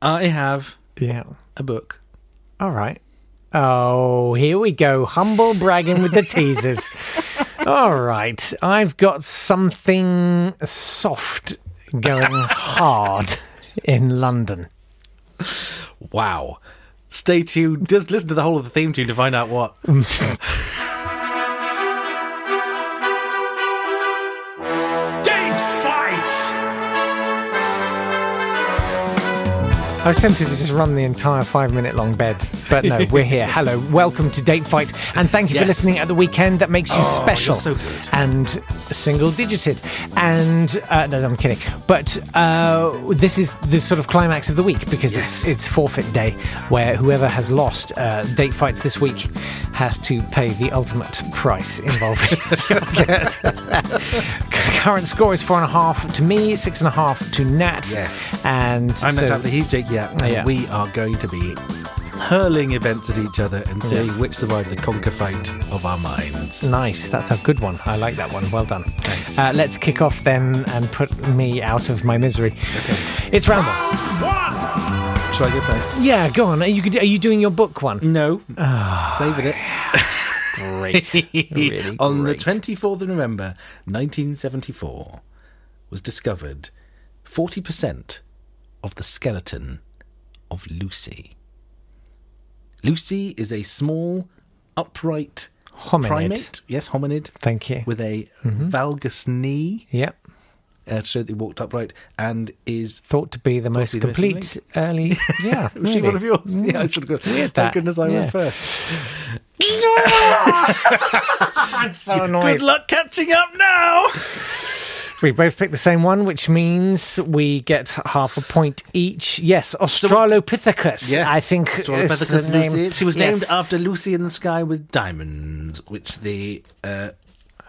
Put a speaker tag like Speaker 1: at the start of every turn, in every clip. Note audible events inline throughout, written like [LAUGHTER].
Speaker 1: I have
Speaker 2: Yeah.
Speaker 1: a book.
Speaker 2: All right. Oh, here we go. Humble bragging with the teasers. All right. I've got something soft going hard in London.
Speaker 1: Wow. Stay tuned. Just listen to the whole of the theme tune to find out [LAUGHS] what.
Speaker 3: Gang fights!
Speaker 2: I was tempted to just run the entire five minute long bed, but no, we're
Speaker 1: [LAUGHS]
Speaker 2: here. Hello, welcome to Date Fight, and thank you for
Speaker 1: Yes. Oh,
Speaker 2: listening at the weekend that makes you special
Speaker 1: you're so good.
Speaker 2: and single digited. And uh, no, I'm kidding, but uh, this is the sort of climax of the week because
Speaker 1: Yes.
Speaker 2: it's it's forfeit day where whoever has lost uh, Date Fights this week has to pay the ultimate
Speaker 1: [LAUGHS]
Speaker 2: price involving. [LAUGHS] Current score is four and a half to me, six and a half to Nat.
Speaker 1: Yes.
Speaker 2: And
Speaker 1: I'm
Speaker 2: so-
Speaker 1: Nat Tapley, he's Jake Oh, Yeah, and
Speaker 2: Yeah.
Speaker 1: we are going to be hurling events at each other and seeing
Speaker 2: Yes.
Speaker 1: which survived the conquer fight of our minds.
Speaker 2: Nice. That's a good one. I like that one. Well done.
Speaker 1: Thanks.
Speaker 2: Uh, let's kick off then and put me out of my misery.
Speaker 1: Okay.
Speaker 2: It's round one.
Speaker 1: Shall I go first?
Speaker 2: Yeah, go on. Are you, are you doing your book one?
Speaker 1: No. Saving it.
Speaker 2: Ah, [LAUGHS]
Speaker 1: [LAUGHS]
Speaker 2: Great. Really
Speaker 1: on
Speaker 2: great.
Speaker 1: the 24th of November 1974 was discovered 40% of the skeleton of Lucy. Lucy is a small, upright
Speaker 2: Hominid. Mm-hmm.
Speaker 1: primate. Yes, hominid.
Speaker 2: Thank you.
Speaker 1: With a valgus knee
Speaker 2: Yep.
Speaker 1: uh, to show that he walked upright and is.
Speaker 2: Thought to be the most
Speaker 1: to be the missing
Speaker 2: complete
Speaker 1: [LAUGHS]
Speaker 2: early. Yeah.
Speaker 1: Was she
Speaker 2: really.
Speaker 1: one of
Speaker 2: [LAUGHS]
Speaker 1: yours? Yeah, I should have gone. Weird
Speaker 2: that.
Speaker 1: Thank goodness I
Speaker 2: Yeah.
Speaker 1: went first.
Speaker 2: So annoyed.
Speaker 1: Good luck catching up now!
Speaker 2: We both picked the same one, which means we get half a point each. Yes, Australopithecus.
Speaker 1: Yes,
Speaker 2: I think is
Speaker 1: Australopithecus
Speaker 2: the name.
Speaker 1: Lucy. She was
Speaker 2: Yes.
Speaker 1: named after Lucy in the Sky with Diamonds, which the uh,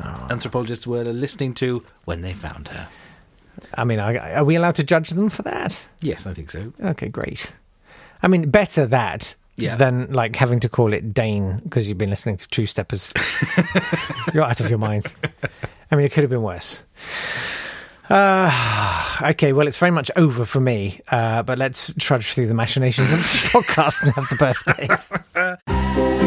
Speaker 2: Ah.
Speaker 1: anthropologists were listening to when they found her.
Speaker 2: I mean, are are we allowed to judge them for that?
Speaker 1: Yes, I think so.
Speaker 2: Okay, great. I mean, better that
Speaker 1: Yeah.
Speaker 2: than like having to call it Dane because you've been listening to
Speaker 1: [LAUGHS]
Speaker 2: Two Steppers. You're out of your mind. I mean, it could have been worse. Uh, okay, well, it's very much over for me, uh, but let's trudge through the machinations
Speaker 1: [LAUGHS]
Speaker 2: of this podcast and have the birthdays.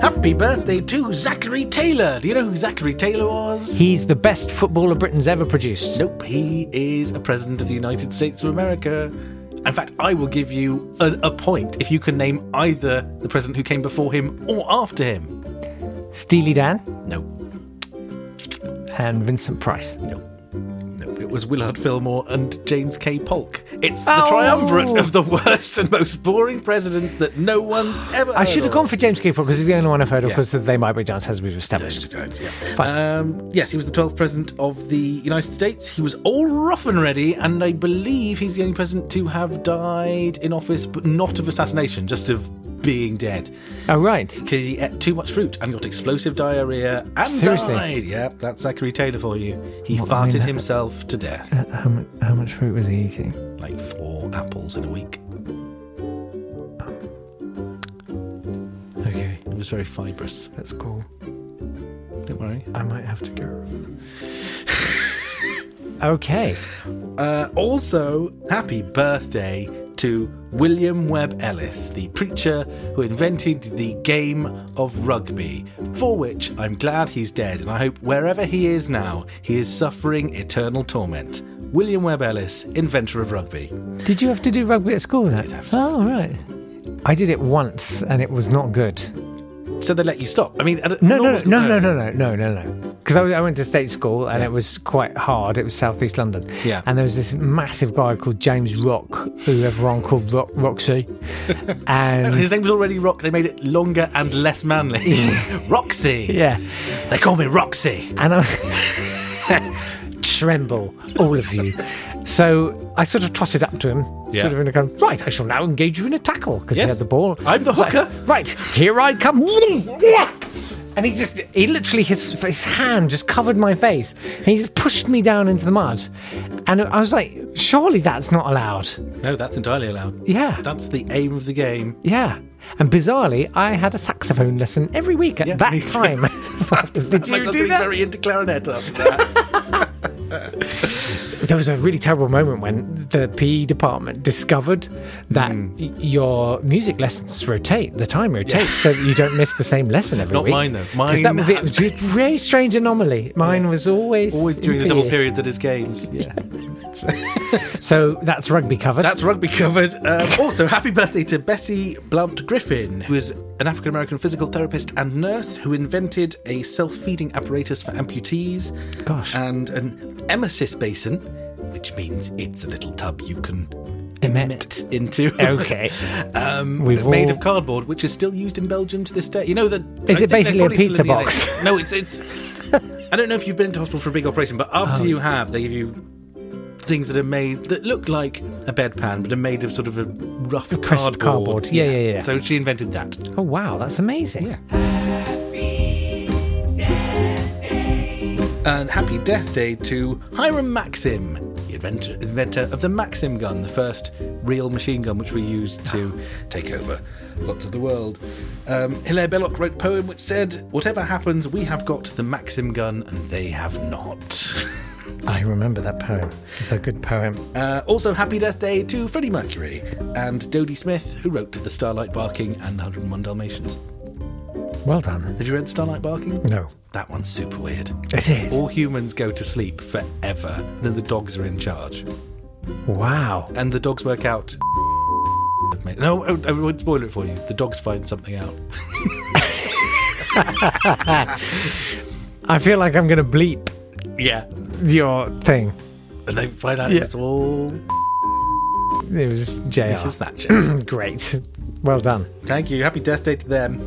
Speaker 1: Happy birthday to Zachary Taylor. Do you know who Zachary Taylor was?
Speaker 2: He's the best footballer Britain's ever produced.
Speaker 1: Nope, he is a president of the United States of America. In fact, I will give you an, a point if you can name either the president who came before him or after him.
Speaker 2: Steely Dan
Speaker 1: No,
Speaker 2: and Vincent Price.
Speaker 1: No. No, it was Willard Fillmore and James K. Polk. It's the
Speaker 2: Oh.
Speaker 1: triumvirate of the worst and most boring presidents that no one's ever.
Speaker 2: I should have gone for James Cooper because he's the only one I've heard of
Speaker 1: Oh. Yeah.
Speaker 2: because they might be dance, as we've established.
Speaker 1: Um, yes, he was the 12th president of the United States. He was all rough and ready, and I believe he's the only president to have died in office, but not of assassination, just of being dead.
Speaker 2: Oh, right.
Speaker 1: Because he ate too much fruit and got explosive diarrhea and
Speaker 2: Seriously?
Speaker 1: died. Yeah, that's Zachary Taylor for you. He
Speaker 2: Well, I mean,
Speaker 1: farted
Speaker 2: that-
Speaker 1: himself to death.
Speaker 2: How, mu- how much fruit was he eating?
Speaker 1: like four apples in a week.
Speaker 2: Okay,
Speaker 1: It was very fibrous.
Speaker 2: that's cool.
Speaker 1: Don't worry.
Speaker 2: I might have to go. okay.
Speaker 1: Uh, also, happy birthday to William Webb Ellis, the preacher who invented the game of rugby, for which I'm glad he's dead, and I hope wherever he is now, he is suffering eternal torment. William Webb Ellis, inventor of rugby.
Speaker 2: Did you have to do rugby at school? Then?
Speaker 1: have to do
Speaker 2: oh, right. I did it once and it was not good.
Speaker 1: So they let you stop. I mean, I don't-
Speaker 2: No,
Speaker 1: no
Speaker 2: no,
Speaker 1: one's-
Speaker 2: no, no, no, no, no, no, no. Because I, I went to state school and it was quite hard. It was Southeast London.
Speaker 1: Yeah.
Speaker 2: And there was this massive guy called James Rock, who everyone called Rock,
Speaker 1: [LAUGHS]
Speaker 2: Roxy. And
Speaker 1: His name was already Rock. They made it longer and less
Speaker 2: [LAUGHS]
Speaker 1: manly. Roxy.
Speaker 2: yeah.
Speaker 1: They call me Roxy.
Speaker 2: and I
Speaker 1: [LAUGHS]
Speaker 2: tremble, all of you. So I sort of trotted up to him,
Speaker 1: Yeah.
Speaker 2: sort of in a kind of, right, I shall now engage you in a tackle because he
Speaker 1: Yes.
Speaker 2: had the ball.
Speaker 1: I'm the
Speaker 2: It's like,
Speaker 1: hooker.
Speaker 2: right, here I come. [LAUGHS] And he just, he literally, his, his hand just covered my face. And he just pushed me down into the mud. And I was like, surely that's not allowed.
Speaker 1: No, that's entirely allowed.
Speaker 2: Yeah.
Speaker 1: That's the aim of the game.
Speaker 2: Yeah. And bizarrely, I had a saxophone lesson every week at
Speaker 1: Yeah, me
Speaker 2: that
Speaker 1: too. [LAUGHS]
Speaker 2: time. [LAUGHS] Did
Speaker 1: My
Speaker 2: you
Speaker 1: son's
Speaker 2: do
Speaker 1: getting
Speaker 2: that?
Speaker 1: very into clarinet after [LAUGHS] that.
Speaker 2: There was a really terrible moment when the PE department discovered that
Speaker 1: Hmm.
Speaker 2: y- your music lessons rotate, the time rotates, so that you don't miss the same lesson every
Speaker 1: Not
Speaker 2: week.
Speaker 1: mine, though.
Speaker 2: 'Cause that
Speaker 1: Mine
Speaker 2: would be it was a very strange anomaly. Mine was always
Speaker 1: Always
Speaker 2: in
Speaker 1: during the double
Speaker 2: PE.
Speaker 1: period that is games. Yeah.
Speaker 2: So that's rugby covered.
Speaker 1: That's rugby covered. Um, also, happy birthday to Bessie Blunt Griffin, who is an African American physical therapist and nurse who invented a self feeding apparatus for amputees.
Speaker 2: Gosh.
Speaker 1: And an emesis basin, which means it's a little tub you can
Speaker 2: Emit.
Speaker 1: emit into.
Speaker 2: [LAUGHS] okay.
Speaker 1: Um,
Speaker 2: We've
Speaker 1: made
Speaker 2: all-
Speaker 1: of cardboard, which is still used in Belgium to this day. You know that.
Speaker 2: Is
Speaker 1: I
Speaker 2: it
Speaker 1: think they're
Speaker 2: basically a
Speaker 1: probably still in
Speaker 2: pizza
Speaker 1: the
Speaker 2: box?
Speaker 1: NHS. No, it's it's. I don't know if you've been into hospital for a big operation, but after you have, they give you things that are made that look like a bedpan, but are made of sort of a rough
Speaker 2: pressed
Speaker 1: cardboard.
Speaker 2: cardboard. Yeah, yeah, yeah.
Speaker 1: So she invented that.
Speaker 2: Oh wow, that's amazing. Yeah.
Speaker 1: And happy death day to Hiram Maxim, the inventor, inventor of the Maxim gun, the first real machine gun which we used to take over lots of the world. Um, Hilaire Belloc wrote a poem which said, Whatever happens, we have got the Maxim gun and they have not. [LAUGHS]
Speaker 2: I remember that poem. It's a good poem.
Speaker 1: Uh, also, happy death day to Freddie Mercury and Dodie Smith, who wrote The Starlight Barking and 101 Dalmatians.
Speaker 2: Well done.
Speaker 1: Have you read Starlight Barking?
Speaker 2: No.
Speaker 1: That one's super weird.
Speaker 2: It is.
Speaker 1: All humans go to sleep forever, then the dogs are in charge.
Speaker 2: Wow.
Speaker 1: and the dogs work out. [LAUGHS] No, I I won't spoil it for you. The dogs find something out.
Speaker 2: I feel like I'm gonna bleep
Speaker 1: Yeah,
Speaker 2: your thing.
Speaker 1: and they find out
Speaker 2: Yeah.
Speaker 1: it's all.
Speaker 2: It was JR.
Speaker 1: This is that show.
Speaker 2: Great. Well done.
Speaker 1: [CLEARS THROAT] Thank you. Happy death day to them.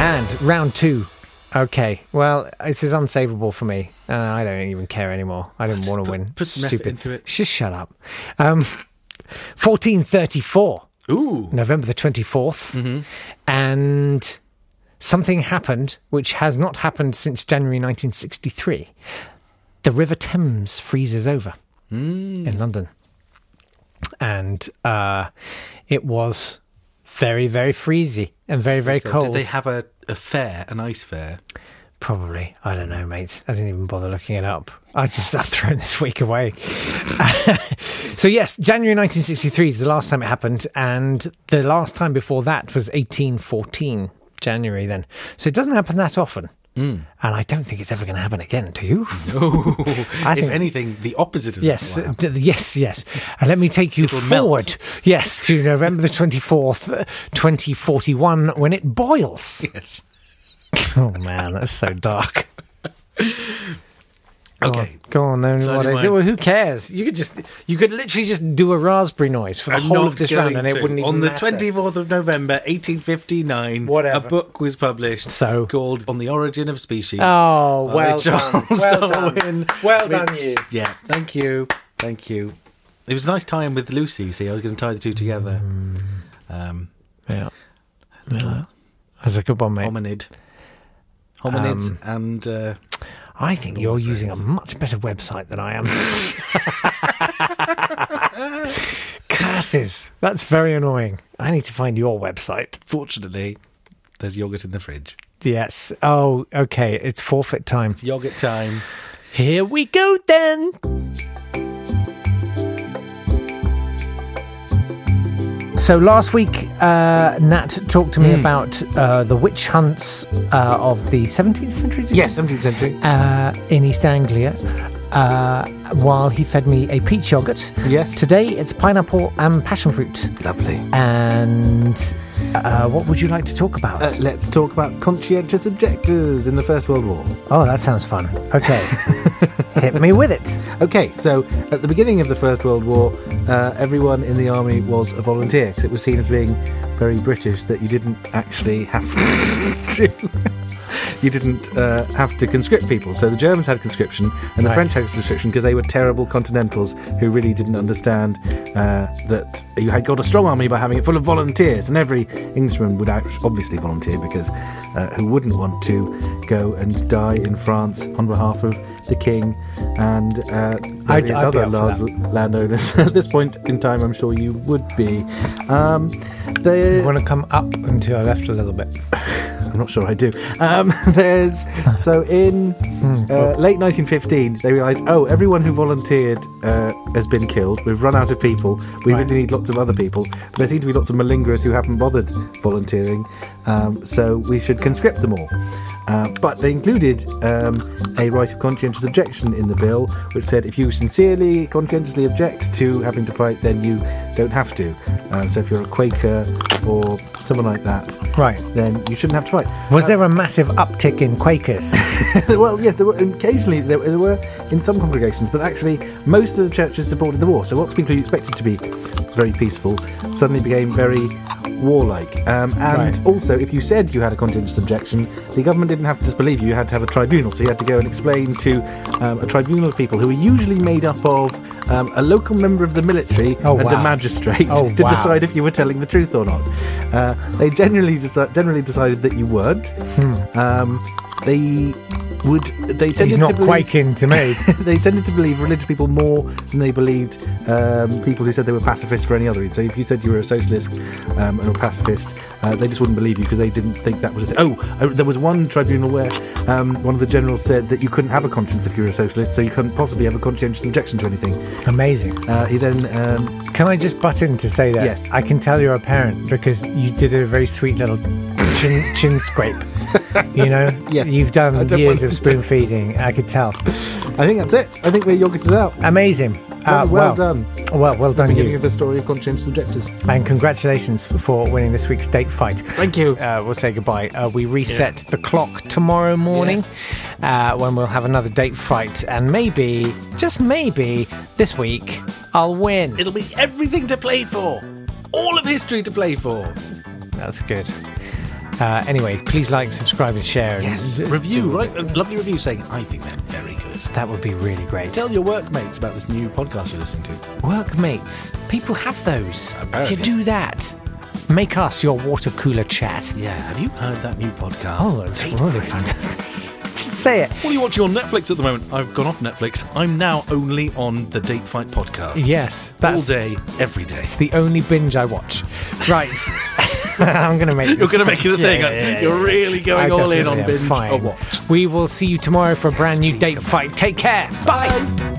Speaker 2: And round two. Okay. Well, this is unsavable for me. Uh, I don't even care anymore. I didn't want to
Speaker 1: put-
Speaker 2: win.
Speaker 1: put some effort
Speaker 2: Stupid.
Speaker 1: into it.
Speaker 2: Just shut up. Um, 1434,
Speaker 1: Ooh, Mm-hmm.
Speaker 2: November the 24th. And something happened which has not happened since January 1963. The River Thames freezes over
Speaker 1: Mm.
Speaker 2: in London. And uh, it was very, very freezy and very, very cold.
Speaker 1: did they have a, a fair, an ice fair?
Speaker 2: Probably. I don't know, mate. I didn't even bother looking it up. I just [LAUGHS] I've thrown this week away. [LAUGHS] so yes, January 1963 is the last time it happened, and the last time before that was 1814 January. Then, so it doesn't happen that often, and I don't think it's ever going to happen again. Do you?
Speaker 1: [LAUGHS] if
Speaker 2: think-
Speaker 1: anything, the opposite of
Speaker 2: Yes,
Speaker 1: That will happen.
Speaker 2: d- yes, yes. And let me take you
Speaker 1: It'll
Speaker 2: forward.
Speaker 1: melt.
Speaker 2: Yes, to November the 24th, uh, 2041, when it
Speaker 1: [LAUGHS]
Speaker 2: boils.
Speaker 1: yes.
Speaker 2: oh man, that's so dark. Go
Speaker 1: Okay.
Speaker 2: on, go on then.
Speaker 1: So
Speaker 2: what
Speaker 1: do
Speaker 2: I do,
Speaker 1: mine.
Speaker 2: who cares? You could just, you could literally just do a raspberry noise for the
Speaker 1: I'm
Speaker 2: whole
Speaker 1: not
Speaker 2: of this
Speaker 1: going
Speaker 2: round, and it
Speaker 1: to.
Speaker 2: wouldn't even
Speaker 1: On the
Speaker 2: matter.
Speaker 1: 24th of November, 1859,
Speaker 2: Whatever.
Speaker 1: a book was published
Speaker 2: So-
Speaker 1: called "On the Origin of Species."
Speaker 2: Oh,
Speaker 1: by
Speaker 2: well done,
Speaker 1: [LAUGHS] Charles
Speaker 2: well
Speaker 1: Darwin,
Speaker 2: done, well done,
Speaker 1: which-
Speaker 2: you.
Speaker 1: Yeah, thank you, thank you. It was a nice time with Lucy. See, I was going to tie the two together.
Speaker 2: Mm-hmm.
Speaker 1: Um,
Speaker 2: Yeah, yeah. that's a good one, mate.
Speaker 1: hominid, hominids,
Speaker 2: Um,
Speaker 1: and uh,
Speaker 2: I think you're using a much better website than I am. [LAUGHS] Curses! That's very annoying. I need to find your website.
Speaker 1: fortunately, there's yogurt in the fridge.
Speaker 2: Yes. Oh, okay. It's forfeit time.
Speaker 1: It's yogurt time.
Speaker 2: Here we go then. So last week, uh, Nat talked to me
Speaker 1: Hmm.
Speaker 2: about uh, the witch hunts uh, of the 17th century. did you
Speaker 1: Yes, 17th century.
Speaker 2: uh, in East Anglia uh, while he fed me a peach yogurt.
Speaker 1: Yes.
Speaker 2: Today it's pineapple and passion fruit.
Speaker 1: Lovely.
Speaker 2: And uh, what would you like to talk about?
Speaker 1: Uh, let's talk about conscientious objectors in the First World War.
Speaker 2: oh, that sounds fun.
Speaker 1: [LAUGHS]
Speaker 2: Okay. Hit me with it.
Speaker 1: Okay, so at the beginning of the First World War, uh, everyone in the army was a volunteer 'cause it was seen as being very British that you didn't actually have [LAUGHS] to you didn't uh, have to conscript people. So the Germans had conscription, and the
Speaker 2: Right.
Speaker 1: French had conscription because they were terrible continentals who really didn't understand uh, that you had got a strong army by having it full of volunteers. And every Englishman would out- obviously volunteer because uh, who wouldn't want to go and die in France on behalf of the king and uh,
Speaker 2: I'd-
Speaker 1: various
Speaker 2: I'd be
Speaker 1: other
Speaker 2: up for
Speaker 1: large
Speaker 2: that.
Speaker 1: landowners. [LAUGHS] At this point in time, I'm sure you would be. Um, the-
Speaker 2: want to come up until I left a little bit.
Speaker 1: I'm not sure I do. Um, [LAUGHS] there's so in uh, late 1915, they realised, oh, everyone who volunteered uh, has been killed. We've run out of people. We
Speaker 2: Right.
Speaker 1: really need lots of other people. But there seem to be lots of malingerers who haven't bothered volunteering, um, so we should conscript them all. Uh, but they included um, a right of conscientious objection in the bill, which said if you sincerely, conscientiously object to having to fight, then you don't have to. Uh, so if you're a Quaker or someone like that,
Speaker 2: Right.
Speaker 1: then you shouldn't have to fight. [LAUGHS]
Speaker 2: Was there a massive uptick in Quakers?
Speaker 1: well, yes, there were occasionally there, there were in some congregations, but actually most of the churches supported the war. So what's been expected to be very peaceful suddenly became very warlike. Um, and
Speaker 2: Right.
Speaker 1: also, if you said you had a conscientious objection, the government didn't have to disbelieve you; you had to have a tribunal. So you had to go and explain to um, a tribunal of people who were usually made up of um, a local member of the military
Speaker 2: Oh,
Speaker 1: and
Speaker 2: wow.
Speaker 1: a magistrate
Speaker 2: Oh,
Speaker 1: [LAUGHS] to
Speaker 2: wow.
Speaker 1: decide if you were telling the truth or not. Uh, they generally deci- generally decided that you weren't. Um, they would they tended
Speaker 2: Hmm. He's
Speaker 1: to
Speaker 2: not
Speaker 1: believe,
Speaker 2: quaking to me.
Speaker 1: [LAUGHS] they tended to believe religious people more than they believed um, people who said they were pacifists for any other reason. So if you said you were a socialist um, and a pacifist, uh, they just wouldn't believe you because they didn't think that was. A thing. Oh, I, there was one tribunal where um, one of the generals said that you couldn't have a conscience if you were a socialist, so you couldn't possibly have a conscientious objection to anything.
Speaker 2: Amazing.
Speaker 1: Uh, he then um,
Speaker 2: Can I just butt in to say that?
Speaker 1: Yes.
Speaker 2: I can tell you're a parent because you did a very sweet little
Speaker 1: [LAUGHS]
Speaker 2: chin, chin scrape. You know?
Speaker 1: Yeah.
Speaker 2: You've
Speaker 1: I
Speaker 2: done
Speaker 1: don't
Speaker 2: years
Speaker 1: want
Speaker 2: of
Speaker 1: to-
Speaker 2: spoon feeding. I could tell.
Speaker 1: I think that's it. I think we're yogurt is out.
Speaker 2: Amazing. Uh,
Speaker 1: Well, well done.
Speaker 2: Well, well
Speaker 1: It's the
Speaker 2: done
Speaker 1: beginning of
Speaker 2: you.
Speaker 1: the story of conscientious objectors.
Speaker 2: And congratulations for winning this week's date fight.
Speaker 1: Thank you.
Speaker 2: Uh, we'll say goodbye. Uh, we reset the clock tomorrow morning uh, when we'll have another date fight. And maybe, just maybe, this week I'll win.
Speaker 1: It'll be everything to play for. All of history to play for.
Speaker 2: That's good. Uh, anyway, please like, subscribe, and share. and
Speaker 1: Yes. [LAUGHS]
Speaker 2: d-
Speaker 1: Review, right? A lovely review saying, I think they're very good.
Speaker 2: That would be really great.
Speaker 1: Tell your workmates about this new podcast you're listening to.
Speaker 2: Workmates, people have those.
Speaker 1: Apparently.
Speaker 2: You do that. Make us your water cooler chat.
Speaker 1: Yeah, have you heard that new podcast?
Speaker 2: Oh, it's really fantastic. [LAUGHS] Just say it.
Speaker 1: What are you watching on Netflix at the moment? I've gone off Netflix. I'm now only on the Date Fight podcast.
Speaker 2: Yes,
Speaker 1: All
Speaker 2: that's
Speaker 1: day, every day.
Speaker 2: the only binge I watch. Right. [LAUGHS] I'm going to make this.
Speaker 1: You're going to make it a
Speaker 2: [LAUGHS] Yeah,
Speaker 1: thing.
Speaker 2: yeah, yeah,
Speaker 1: you're
Speaker 2: yeah.
Speaker 1: really
Speaker 2: I
Speaker 1: going all in
Speaker 2: definitely
Speaker 1: on
Speaker 2: am.
Speaker 1: binge
Speaker 2: Fine.
Speaker 1: or watch.
Speaker 2: We will see you tomorrow for a brand new date fight. Take care. Bye.